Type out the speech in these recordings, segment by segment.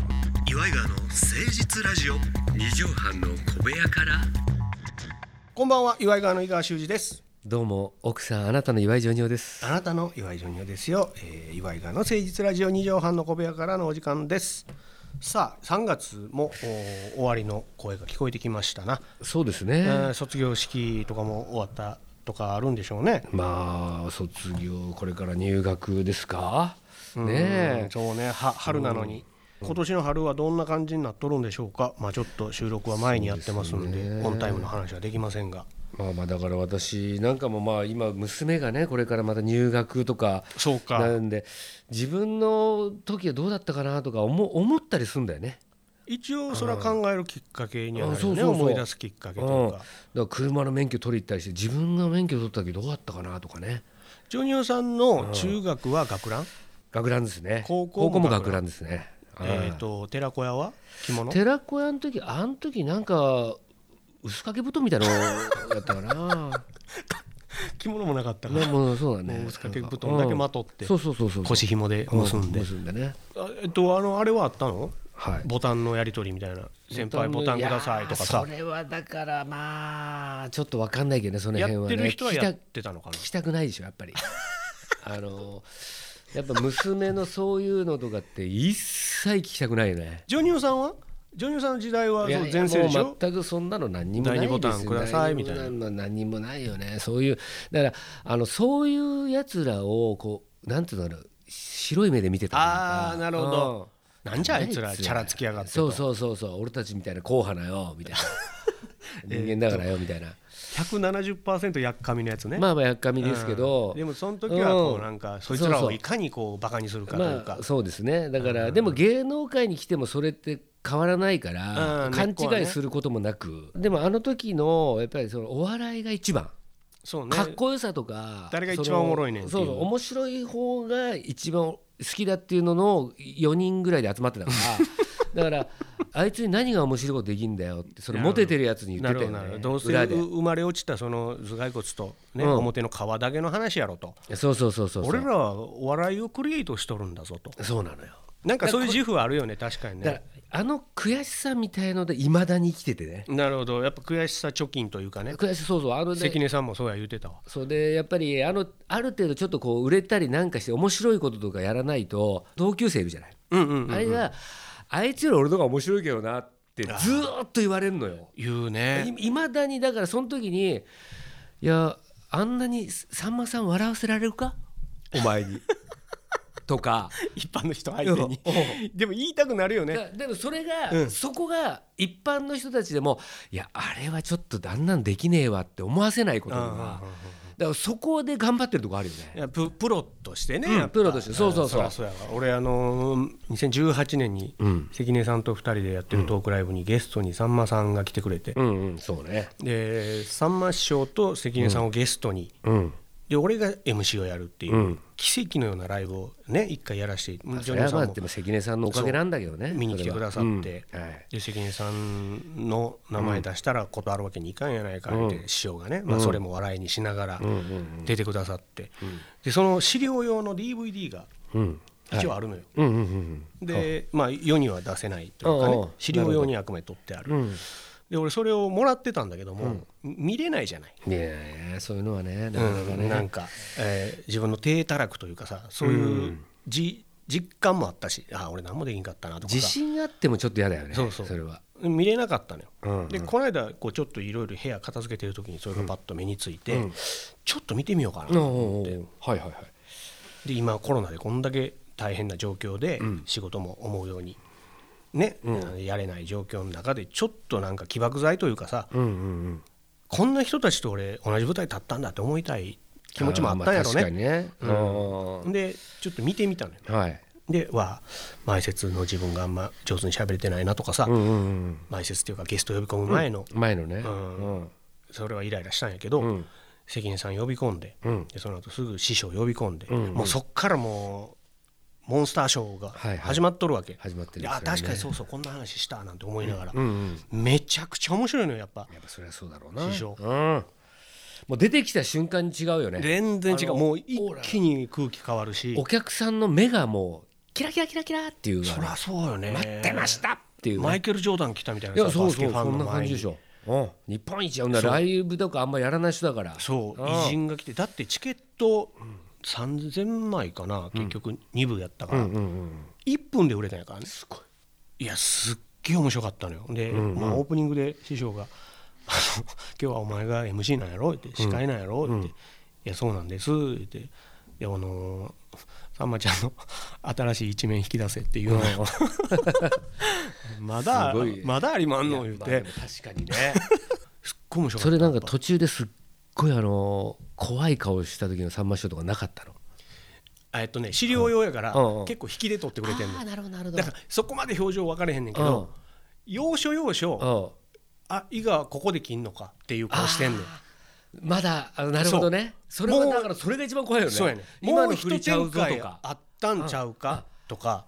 イガーの誠実ラジオ二畳半の小部屋からこんばんは岩井川の井川修司ですどうも奥さんあなたの岩井ジョニ男ですあなたの岩井ジョニオですよ、えー、岩井川の誠実ラジオ二畳半の小部屋からのお時間ですさあ3月もお終わりの声が聞こえてきましたな、そうですえねー卒業式とかも終わったとかあるんでしょうねまあ卒業これから入学ですかねえそうねは春なのに今年の春はどんな感じになっとるんでしょうかまあちょっと収録は前にやってますんでオンタイムの話はできませんがまあまあだから私なんかもまあ今娘がねこれからまた入学とかそうかなんで自分の時はどうだったかなとか思思ったりするんだよね一応それは考えるきっかけにはなあるそようねそうそう思い出すきっかけといううんだかから車の免許取り行ったりして自分が免許取った時どうだったかなとかねジョニオさんの中学は学ラン学ランですね高校も学ランですねえー、と寺子屋は着物寺子屋の時あの時なんか薄掛け布団みたいなのやったか な着物もなかったからまあもうそうだねもう薄掛け布団だけまとってそうそうそうそう腰紐で結んで、う結んでねあえっとあのあれはあったのはいボタンのやり取りみたいな先輩ボタンくださいとかさやーそれはだからまあちょっとわかんないけどねそのや辺っはてねる人は聞きやった てたのかな聞きたくないでしょやっぱ りあのやっぱ娘のそういうのとかって一切聞きたくないよねジョニオさんはジョニオさんの時代はいやそう全盛でしもうょ全くそんなの何にもないです第二ボタンくださいみたいな第二ボタンの何にもないよねそういうだからあのそういうやつらをこうなんていうんだろう白い目で見てたというかあーなるほどなんじゃあいつらチャラつきやがってそうとそうそうそう俺たちみたいな硬派なよみ たいな人間だからよみたいな、 170%やっかみのやつねまあまあやっかみですけど、でもその時はこううんなんかそいつそらうをそういかにこうバカにするかというまかあそうですねだから、でも芸能界に来てもそれって変わらないから、うん根っ勘こはね違いすることもなく、でもあの時のやっぱりそのお笑いが一番。そうねかっこよさとか誰が一番そのおもろいねんっていうそうそう面白い方が一番好きだっていうのの4人ぐらいで集まってたから だからあいつに何が面白いことできんだよってそれモテてるやつに言なってたるよほどなるほねどどうせ裏で生まれ落ちたその頭蓋骨と、ねうん表の皮だけの話やろとそうそうそうそう俺らはお笑いをクリエイトしとるんだぞとそうなのよなんかそういう自負はあるよね確かにだかねらあの悔しさみたいのでいまだに生きててねなるほどやっぱ悔しさ貯金というかね悔しそうそうあのね関根さんもそうや言うてたわそうでやっぱりあのある程度ちょっとこう売れたりなんかして面白いこととかやらないと同級生いるじゃないうんうんあれがあいつより俺の方が面白いけどなってずーっと言われるのよ。言 うねいまだにだからその時に「いやあんなにさんまさん笑わせられるかお前 に」とか一般の人相手にうんう でも言いたくなるよねだでもそれが、うんそこが一般の人たちでも「いやあれはちょっとあんなんできねえわ」って思わせないこととうんうんうんうんかだからそこで頑張ってるとこあるよねい。やププロとしてね、うんやっぱプロとしてそうそうそうらやわ俺あのー2018年にうん関根さんと2人でやってるトークライブにゲストにさんまさんが来てくれて、うんうんそうね。でさんま師匠と関根さんをゲストに、うんで俺が MC をやるっていう、うん奇跡のようなライブをね一回やらせてジそョれはまニーさあんもでも関根さんのおかげなんだけどね見に来てくださって、それはうんはいで関根さんの名前出したら断るわけにいかんやないかって、師匠がね、まあ、それも笑いにしながら出てくださって、でその資料用の DVD がうん一応あるのよ、うんうんうんで、まあ、世には出せないというかおうおねう資料用にあくまで取ってあるで俺それをもらってたんだけども、見れないじゃない、うんいやいやそういうのはねなかなかうんねなんか、えー自分の低たらくというかさそういうじ、実感もあったしあ俺何もできんかったなとかさ自信があってもちょっと嫌だよねそうそうれは見れなかったのよ、うんうんでこの間こうちょっといろいろ部屋片付けてる時にそれがパッと目について、ちょっと見てみようかなと思って、はいはいはいで今コロナでこんだけ大変な状況で仕事も思うようにね、やれない状況の中でちょっとなんか起爆剤というかさ、うんうんうんこんな人たちと俺同じ舞台立ったんだって思いたい気持ちもあったんやろあーまあ確かね。にねうんでちょっと見てみたのよ。はいでわあ前説の自分があんま上手に喋れてないなとかさ、うんうんうん前説っていうかゲスト呼び込む前の前のねんうんそれはイライラしたんやけど、うん関根さん呼び込んで,、うんでその後すぐ師匠呼び込んで、んうんもうそっからもうモンスターショーがはいはい始まっとるわけ、始まってるんいですよねや確かにそうそうこんな話したなんて思いながら、うんうんめちゃくちゃ面白いのよやっぱやっぱそれはそうだろうな師匠うんもう出てきた瞬間に違うよね全然違あうのもう一気に空気変わるしお客さんの目がもうキラキラキラキラっていうのがそねりゃそうよね待ってましたっっていうね、マイケル・ジョーダン来たみたいないやそうバスケそうファそンんなの感じ前でにしょ、うん、日本一はライブとかあんまやらない人だからそうああ偉人が来てだってチケット3000枚かな結局2部やったから1分で売れたんやからねすごいいやすっげえ面白かったのよでまあオープニングで師匠があの 「今日はお前が MC なんやろ?」って「司会なんやろ?」って「いやそうなんです」って「であのさんまちゃんの 新しい一面引き出せ」っていうのを まだすごいまだありまんの言ういやてまあでも確かにねすっごい面白かっ たそれなんか途中ですっごいあの怖い顔した時のさんま師匠とかなかったのえっとね資料用やからうんうん結構引きで取ってくれてんの、なるほどなるほだからそこまで表情分かれへんねんけど、うん要所要所、あ伊賀はここで切んのかっていう顔してんねんうんまだあなるほどねそれはもうだからそれが一番怖いよねそうやねん今ものう振一りちゃう展ぞと開かあったんちゃうかとか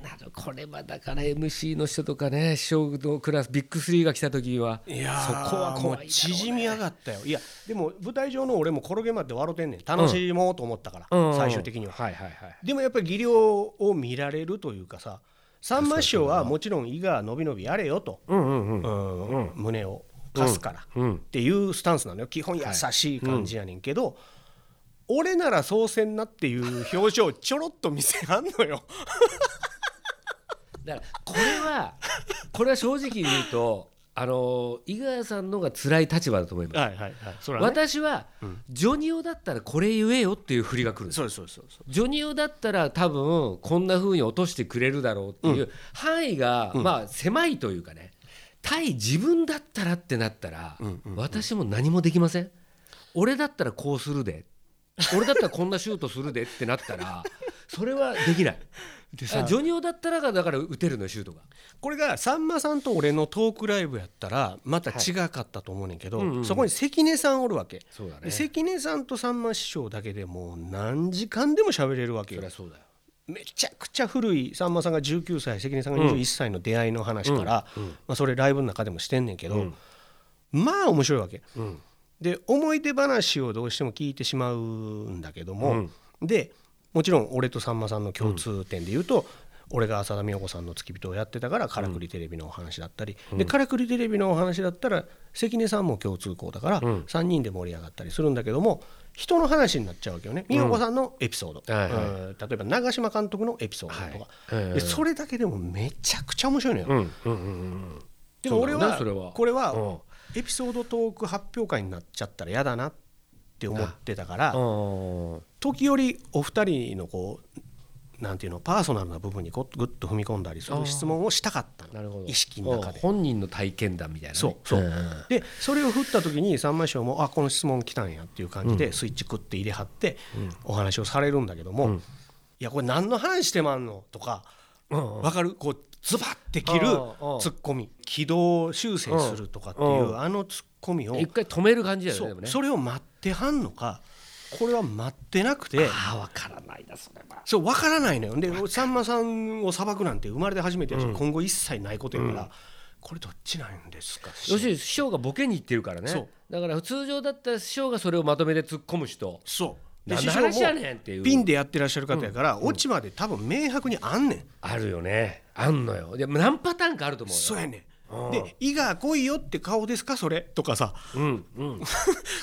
なるこれはだから MC の人とかね師匠のクラスビッグスリーが来た時はそいやーこはも怖いうだろうね縮み上がったよいやでも舞台上の俺も転げまって笑ってんねん楽しもうと思ったから、うんうん最終的には、はいはいはいでもやっぱり技量を見られるというかさ三馬師匠はもちろん伊賀は伸び伸びやれよと、うんうんうんうん胸を貸すから、うんっていうスタンスなのよ基本優しい感じやねんけど、俺ならそうせんなっていう表情ちょろっと見せはんのよだからこれは これは正直言うとあの井川さんのが辛い立場だと思います、いはいはいそ私は、ジョニオだったらこれ言えよっていう振りが来るんですそうですそうですそうですジョニオだったら多分こんな風に落としてくれるだろうっていう範囲が、まあ狭いというかね対自分だったらってなったら、私も何もできません俺だったらこうするで俺だったらこんなシュートするでってなったらそれはできない でジョニオだったらがだから打てるのよシュートがこれがさんまさんと俺のトークライブやったらまた違かったと思うねんけど、そこに関根さんおるわけ、そうだねで関根さんとさんま師匠だけでもう何時間でも喋れるわけそよりゃそうだよめちゃくちゃ古いさんまさんが19歳関根さんが21歳の出会いの話から、まあ、それライブの中でもしてんねんけど、まあ面白いわけ、で思い出話をどうしても聞いてしまうんだけども、でもちろん俺とさんまさんの共通点で言うと、俺が浅田美代子さんの付き人をやってたからからくりテレビのお話だったり、でからくりテレビのお話だったら関根さんも共通項だから、3人で盛り上がったりするんだけども人の話になっちゃうわけよね美代子さんのエピソード、はいはいうん例えば長嶋監督のエピソードとか、はいでそれだけでもめちゃくちゃ面白いのよ、うんうんうんでも俺そうだはなそれはこれうんはエピソードトーク発表会になっちゃったら嫌だなって思ってたから、うんうん時折お二人のこうなんていうのパーソナルな部分にこうグッと踏み込んだりする質問をしたかったなるほのど意識の中で。本人の体験談みたいなね、そうそう、んでそれを振った時に三枚師匠も「あこの質問来たんや」っていう感じでスイッチクって入れ張ってお話をされるんだけども「いやこれ何の話してまんの?」とかうんうんわかるこうズバッて切るうんうんツッコミ軌道修正するとかっていうんううあのツッコミを一回止める感じだよねそでうもねそれを待ってはんのかこれは待ってなくてああわからないなそれはそう分からないのよでさんまさんを裁くなんて生まれて初めてやし、今後一切ないことやから、これどっちなんですか要するに師匠がボケに行ってるからねそうだから通常だったら師匠がそれをまとめて突っ込む人そう何の師匠も話やねんっていうピンでやってらっしゃる方やから、オチまで多分明白にあんねん、あるよねあんのよで何パターンかあると思うよそうやねんで「伊賀来いよ」って顔ですかそれとかさうんうんぐる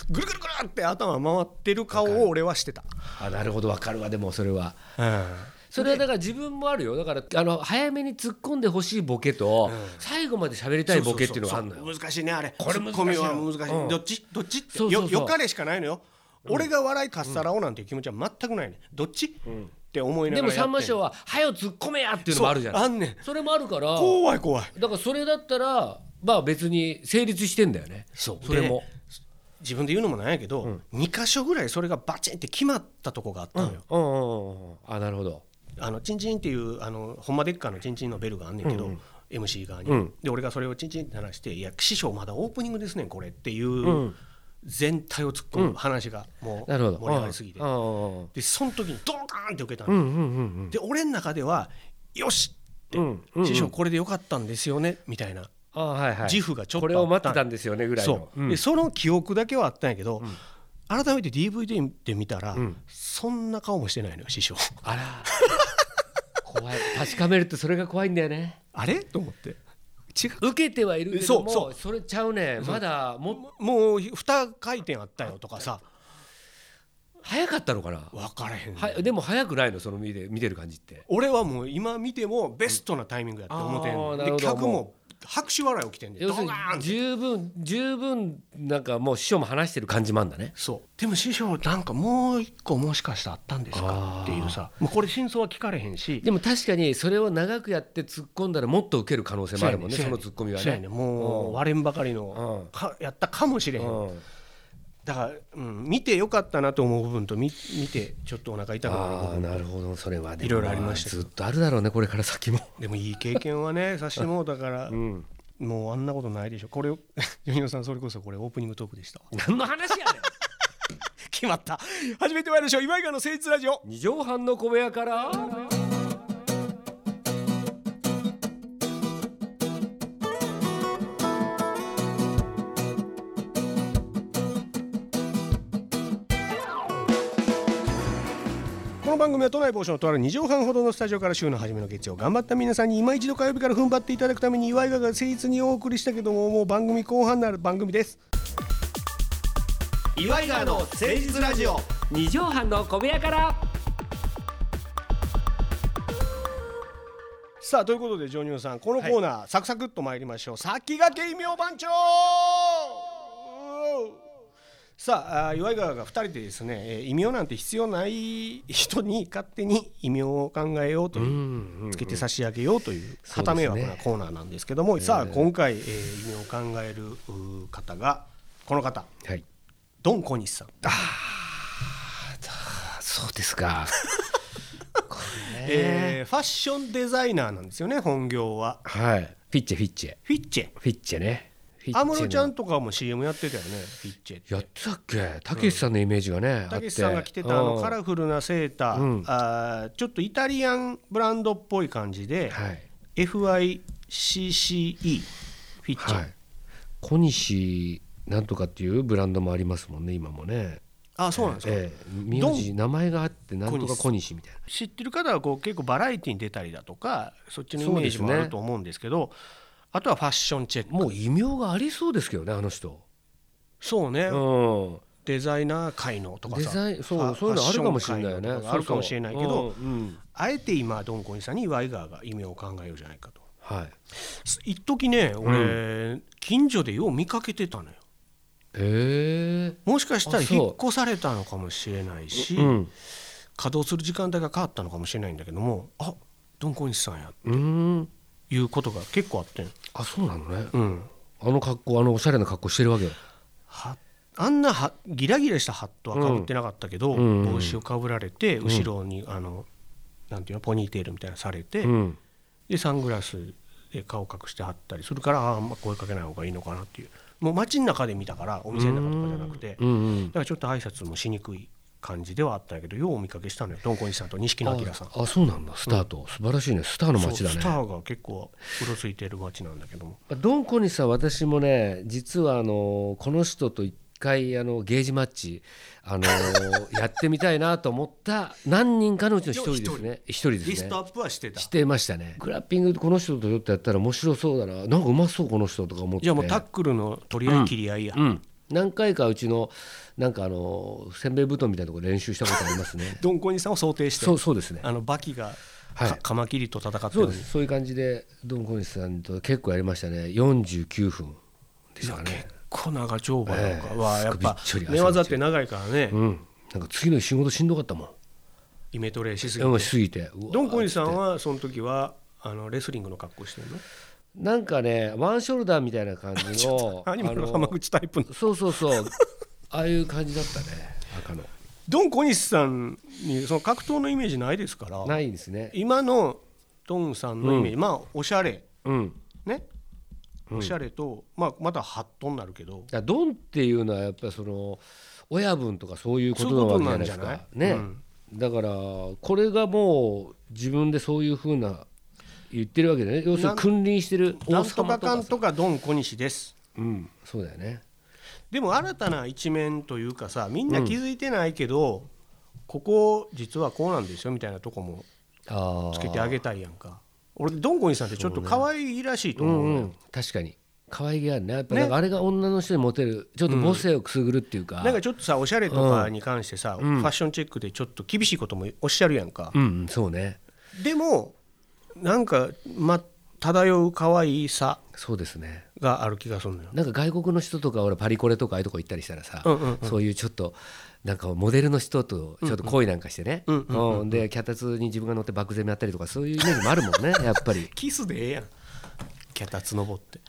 ぐるぐるって頭回ってる顔を俺はしてた、あなるほどわかるわでもそれはうんそれはだから自分もあるよだからあの早めに突っ込んでほしいボケと、最後まで喋りたいボケっていうのがあるのよそうそうそう難しいねあれこれツ難ッしいよコミは難しい、うんどっちどっちってそうそうそうよよかれしかないのよ、俺が笑いかっさらおうなんていう気持ちは全くないねどっち、って思いなでもがらやってさんま師匠は「はよ突っ込めや!」っていうのもあるじゃないそうあんねんそれもあるから怖い怖いだからそれだったらまあ別に成立してんだよねそうそれも自分で言うのもなんやけど、二2箇所ぐらいそれがバチンって決まったとこがあったのよ、うんうんうんうんあなるほどあのチンチンっていうあのほんまでっかのチンチンのベルがあんねんけど、MC 側に、で俺がそれをチンチンって鳴らして「いや師匠まだオープニングですねんこれ」っていう全体を突っ込む話がもうなるほ盛どり上がりすぎて、うんうんうんでその時にドカーンって受けたの、うんうんうんで俺の中では「よし!」って、うんうんうん師匠これでよかったんですよね」みたいなあはいはい自負がちょっとこれを待ってたんですよねぐらいのそう、でその記憶だけはあったんやけど、改めて DVD で見たら、そん な顔もしてないのよ師匠 あら怖い確かめるとそれが怖いんだよねあれと思って違う受けてはいるけどもそそうそうれちゃうねまだもっともう2回転あったよとかさ早かったのかな分からへんねん、はでも早くないのその見て見てる感じって俺はもう今見てもベストなタイミングやって思ってんあのーなるほでど客もも拍手笑い起きてんねん要ドするガにーンって十分十分なんかもう師匠も話してる感じもあんだねそうでも師匠なんかもう一個もしかしたらあったんですかあーっていうさもうこれ真相は聞かれへんしでも確かにそれを長くやって突っ込んだらもっと受ける可能性もあるもんねそそうやのね突っ込みはそうやねねもう割れんばかりうのんかやったかもしれへんうんだから、うん、見てよかったなと思う部分と見見てちょっとお腹痛くなる部ああ分なるほどそれはでもいろいろありましたけどずっとあるだろうねこれから先もでもいい経験はねさしてもうだから、んもうあんなことないでしょこれを 吉野さんそれこそこれオープニングトークでした何の話やねん 決まった初めて参りましょう今井川の誠実ラジオ二畳半の小部屋からこの番組は都内某所のとある2畳半ほどのスタジオから週の初めの月曜頑張った皆さんに今一度火曜日から踏ん張っていただくために岩井川が誠実にお送りしたけどももう番組後半になる番組です岩井川の誠実ラジオ二畳半の小部屋からさあということでジョニオさんこのコーナー、サクサクっと参りましょう先駆け異名番長さああー岩井川が2人でですね、えー異名なんて必要ない人に勝手に異名を考えようという、つけて差し上げようというそうですね旗迷惑なコーナーなんですけども、さあ今回、えー異名を考えるうー方がこの方はいドン小西さん、あそうですか これねえーファッションデザイナーなんですよね本業ははいフィッチェフィッチェフィッチェフィッチェねフィッチェ安の室ちゃんとかも CM やってたよねフィッチェってやってたっけたけしさんのイメージがね、あってたけしさんが着てたあのカラフルなセーター、うんあーちょっとイタリアンブランドっぽい感じで、はい FICCE フィッチェ、はい小西なんとかっていうブランドもありますもんね今もねあそうなんですか、ええ名字名前があってなんとか小西みたいな知ってる方はこう結構バラエティに出たりだとかそっちのイメージもそうですあねると思うんですけどあとはファッションチェックもう異名がありそうですけどねあの人そうね、うんデザイナー界のとかデさザインそあうそういうのあるかもしれないよねファッション界のとかがあるかもしれないけどそうそううんうんあえて今ドンコイさんに岩井川が意味を考えようじゃないかとはい一時ね俺、近所でよう見かけてたのよえもしかしたらあそう引っ越されたのかもしれないし、えうん稼働する時間帯が変わったのかもしれないんだけどもあドンコイさんやうんいうことが結構あってんあそうなのねうんあの格好あのおしゃれな格好してるわけよはあんなはギラギラしたハットはかぶってなかったけど、うんうん帽子をかぶられて後ろに、あのなんていうのポニーテールみたいなのされて、うんでサングラスで顔隠してはったりするからああんま声かけない方がいいのかなっていうもう街の中で見たからお店の中とかじゃなくて、うんうんだからちょっと挨拶もしにくい感じではあったんやけどようお見かけしたのよドンコイさんと錦野明さん。ああそうなんだスタート、素晴らしいねスターのそう街だねスターが結構うろついてる街なんだけどもドンコにさん私もね実はあのこの人と一回あのゲージマッチあの やってみたいなと思った何人かのうちの一人ですね一人ですねアップはしてたしてましたねグラッピングこの人とちょっとやったら面白そうだななんかうまそうこの人とか思ってじゃあもうタックルの取り合い切り合いや、うん何回かうちのなんかあのせんべい布団みたいなところで練習したことありますねドンコイさんを想 定してそうそうですねあのバキが、はいかカマキリと戦ってるそうですそういう感じでドンコニさんと結構やりましたね49分でしたかね小長丁場なんかええはやっぱすっごいびっちょり汗寝技って長いからね、うん、なんか次の日仕事しんどかったもん、イメトレしすぎうん、てしすぎてうわドンコイさんはその時はあのレスリングの格好してるのなんかねワンショルダーみたいな感 じのアニマルのあの浜口タイプのそうそうそうああいう感じだったね赤のドン小西さんにその格闘のイメージないですからないですね今のドンさんのイメージ、まあおしゃれうんねおしゃれと、まあ、またハットになるけどだからドンっていうのはやっぱりその親分とかそういうことなわけじゃないですそういかうことなんじね、ゃなだいからこれがもう自分でそういうふうな言ってるわけだよね要するに君臨してるな王んと様かとかかんとかドン小西ですうん、そうだよねでも新たな一面というかさみんな気づいてないけど、ここ実はこうなんですよみたいなとこもああつけてあげたいやんか俺ドンコインさんってちょっと可愛いらしいと思うのよ確かに可愛げあるねやっぱねなんかあれが女の人にモテるちょっと母性をくすぐるっていうか、なんかちょっとさおしゃれとかに関してさ、ファッションチェックでちょっと厳しいこともおっしゃるやんか、うんうんそうねでもなんか、ま、漂う可愛さそうですねがある気がするのよなんか外国の人とか俺パリコレとかああいうとこ行ったりしたらさ、うんうんそういうちょっとなんかモデルの人とちょっと恋なんかしてね、うんで脚立に自分が乗ってバック攻めやったりとかそういうイメージもあるも んねやっぱりだかキスでええやん脚立登って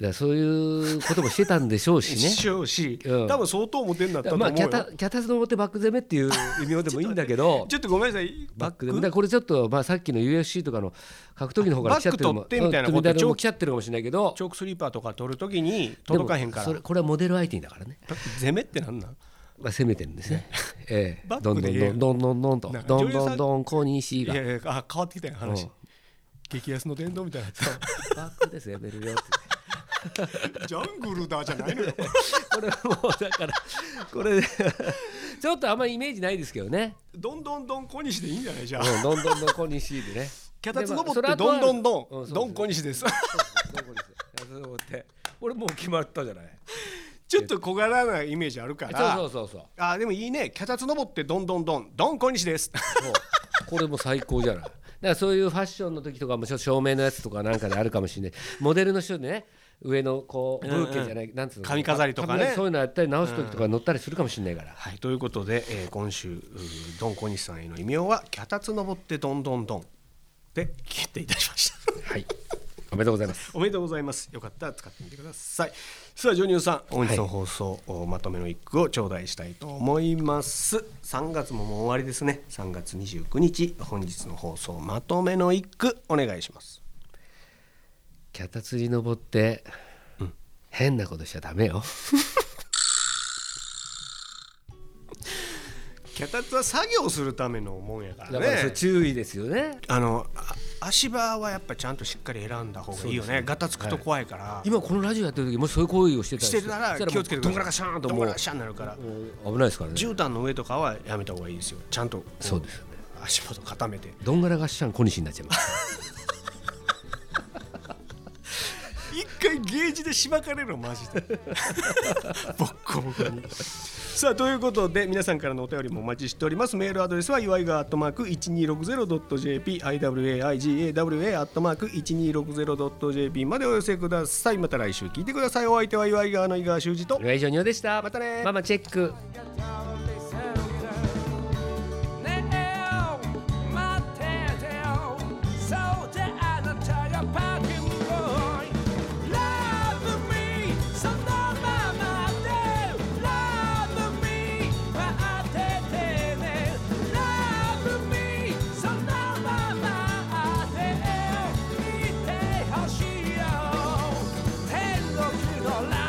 らそういうこともしてたんでしょうしねしようし、うん多分相当モテになったと思まうあよ、脚立脚立登ってバック攻めっていう異名でもいいんだけど ちょっとごめんなさいバックでだからこれちょっとまあさっきの UFC とかの格闘技の方から来ちゃってるのもバック取ってみたいなことうんのも来ちゃってるかもしれないけどチョークスリーパーとか取るときに届かへんかでらもそれこれはモデル相手にだからね、だって攻めってなんなんまあ、攻めてるんですね、ええバ、ッどんクどでん言えどよんどんどんどんとなんかどん女優どさんんどん小西いがやいやあ変わってきたよ話、うん激安の殿堂みたいなやつ バックですやめるよってジャングルだじゃないのよこれもうだからこれ ちょっとあんまりイメージないですけどね、どんどんどん小西でいいんじゃないじゃあうん、どんどんどん小西でね脚立でまあそれ登っはてどんどんどうんんそうどですんね小西ですどこですよ思って俺もう決まったじゃないちょっと小柄なイメージあるからそうそうそうそうあでもいいね脚立登ってどんどんどんどん小西ですそうこれも最高じゃないだからそういうファッションの時とかもちょっと照明のやつとかなんかであるかもしれないモデルの人でね上のこうブーケじゃない、なんつうの髪飾りとかね髪飾そういうのやったり直す時とか乗ったりするかもしれないから、はいということで、えー今週うーどん小西さんへの異名は脚立登ってどんどんどんで決定いたしました はいおめでとうございますおめでとうございますよかったら使ってみてくださいさあジョニオさん本日の放送、おまとめの一句を頂戴したいと思います3月ももう終わりですね3月29日本日の放送まとめの一句お願いします脚立に登って、変なことしちゃダメよ脚立は作業するためのもんやからだからそれね注意ですよねあのあ足場はやっぱちゃんとしっかり選んだ方がいいよねガタつくと怖いから、今このラジオやってる時もしそういう行為をしてたしてたら気をつけてくださいどんぐらかシャーンともどんうぐらかシャーンなるから危ないですからね絨毯の上とかはやめた方がいいですよちゃんとこそうですよね足元固めてどんぐらかシャーン小西になっちゃいます一回ゲージでしばかれろマジ でボッコボコにさあということで皆さんからのお便りもお待ちしておりますメールアドレスは祝いがアットマーク 1260.jp iwaigawa アットマーク 1260.jp までお寄せくださいまた来週聞いてくださいお相手は祝いがの井川修司と岩井ジョニオでしたまたねママチェック Now, my tattoo, so that I don't tell your pocket boy. Love me, so no mama do. Love me, my tattoo. Love me, so no mama do. 見てほしいよ天国のラ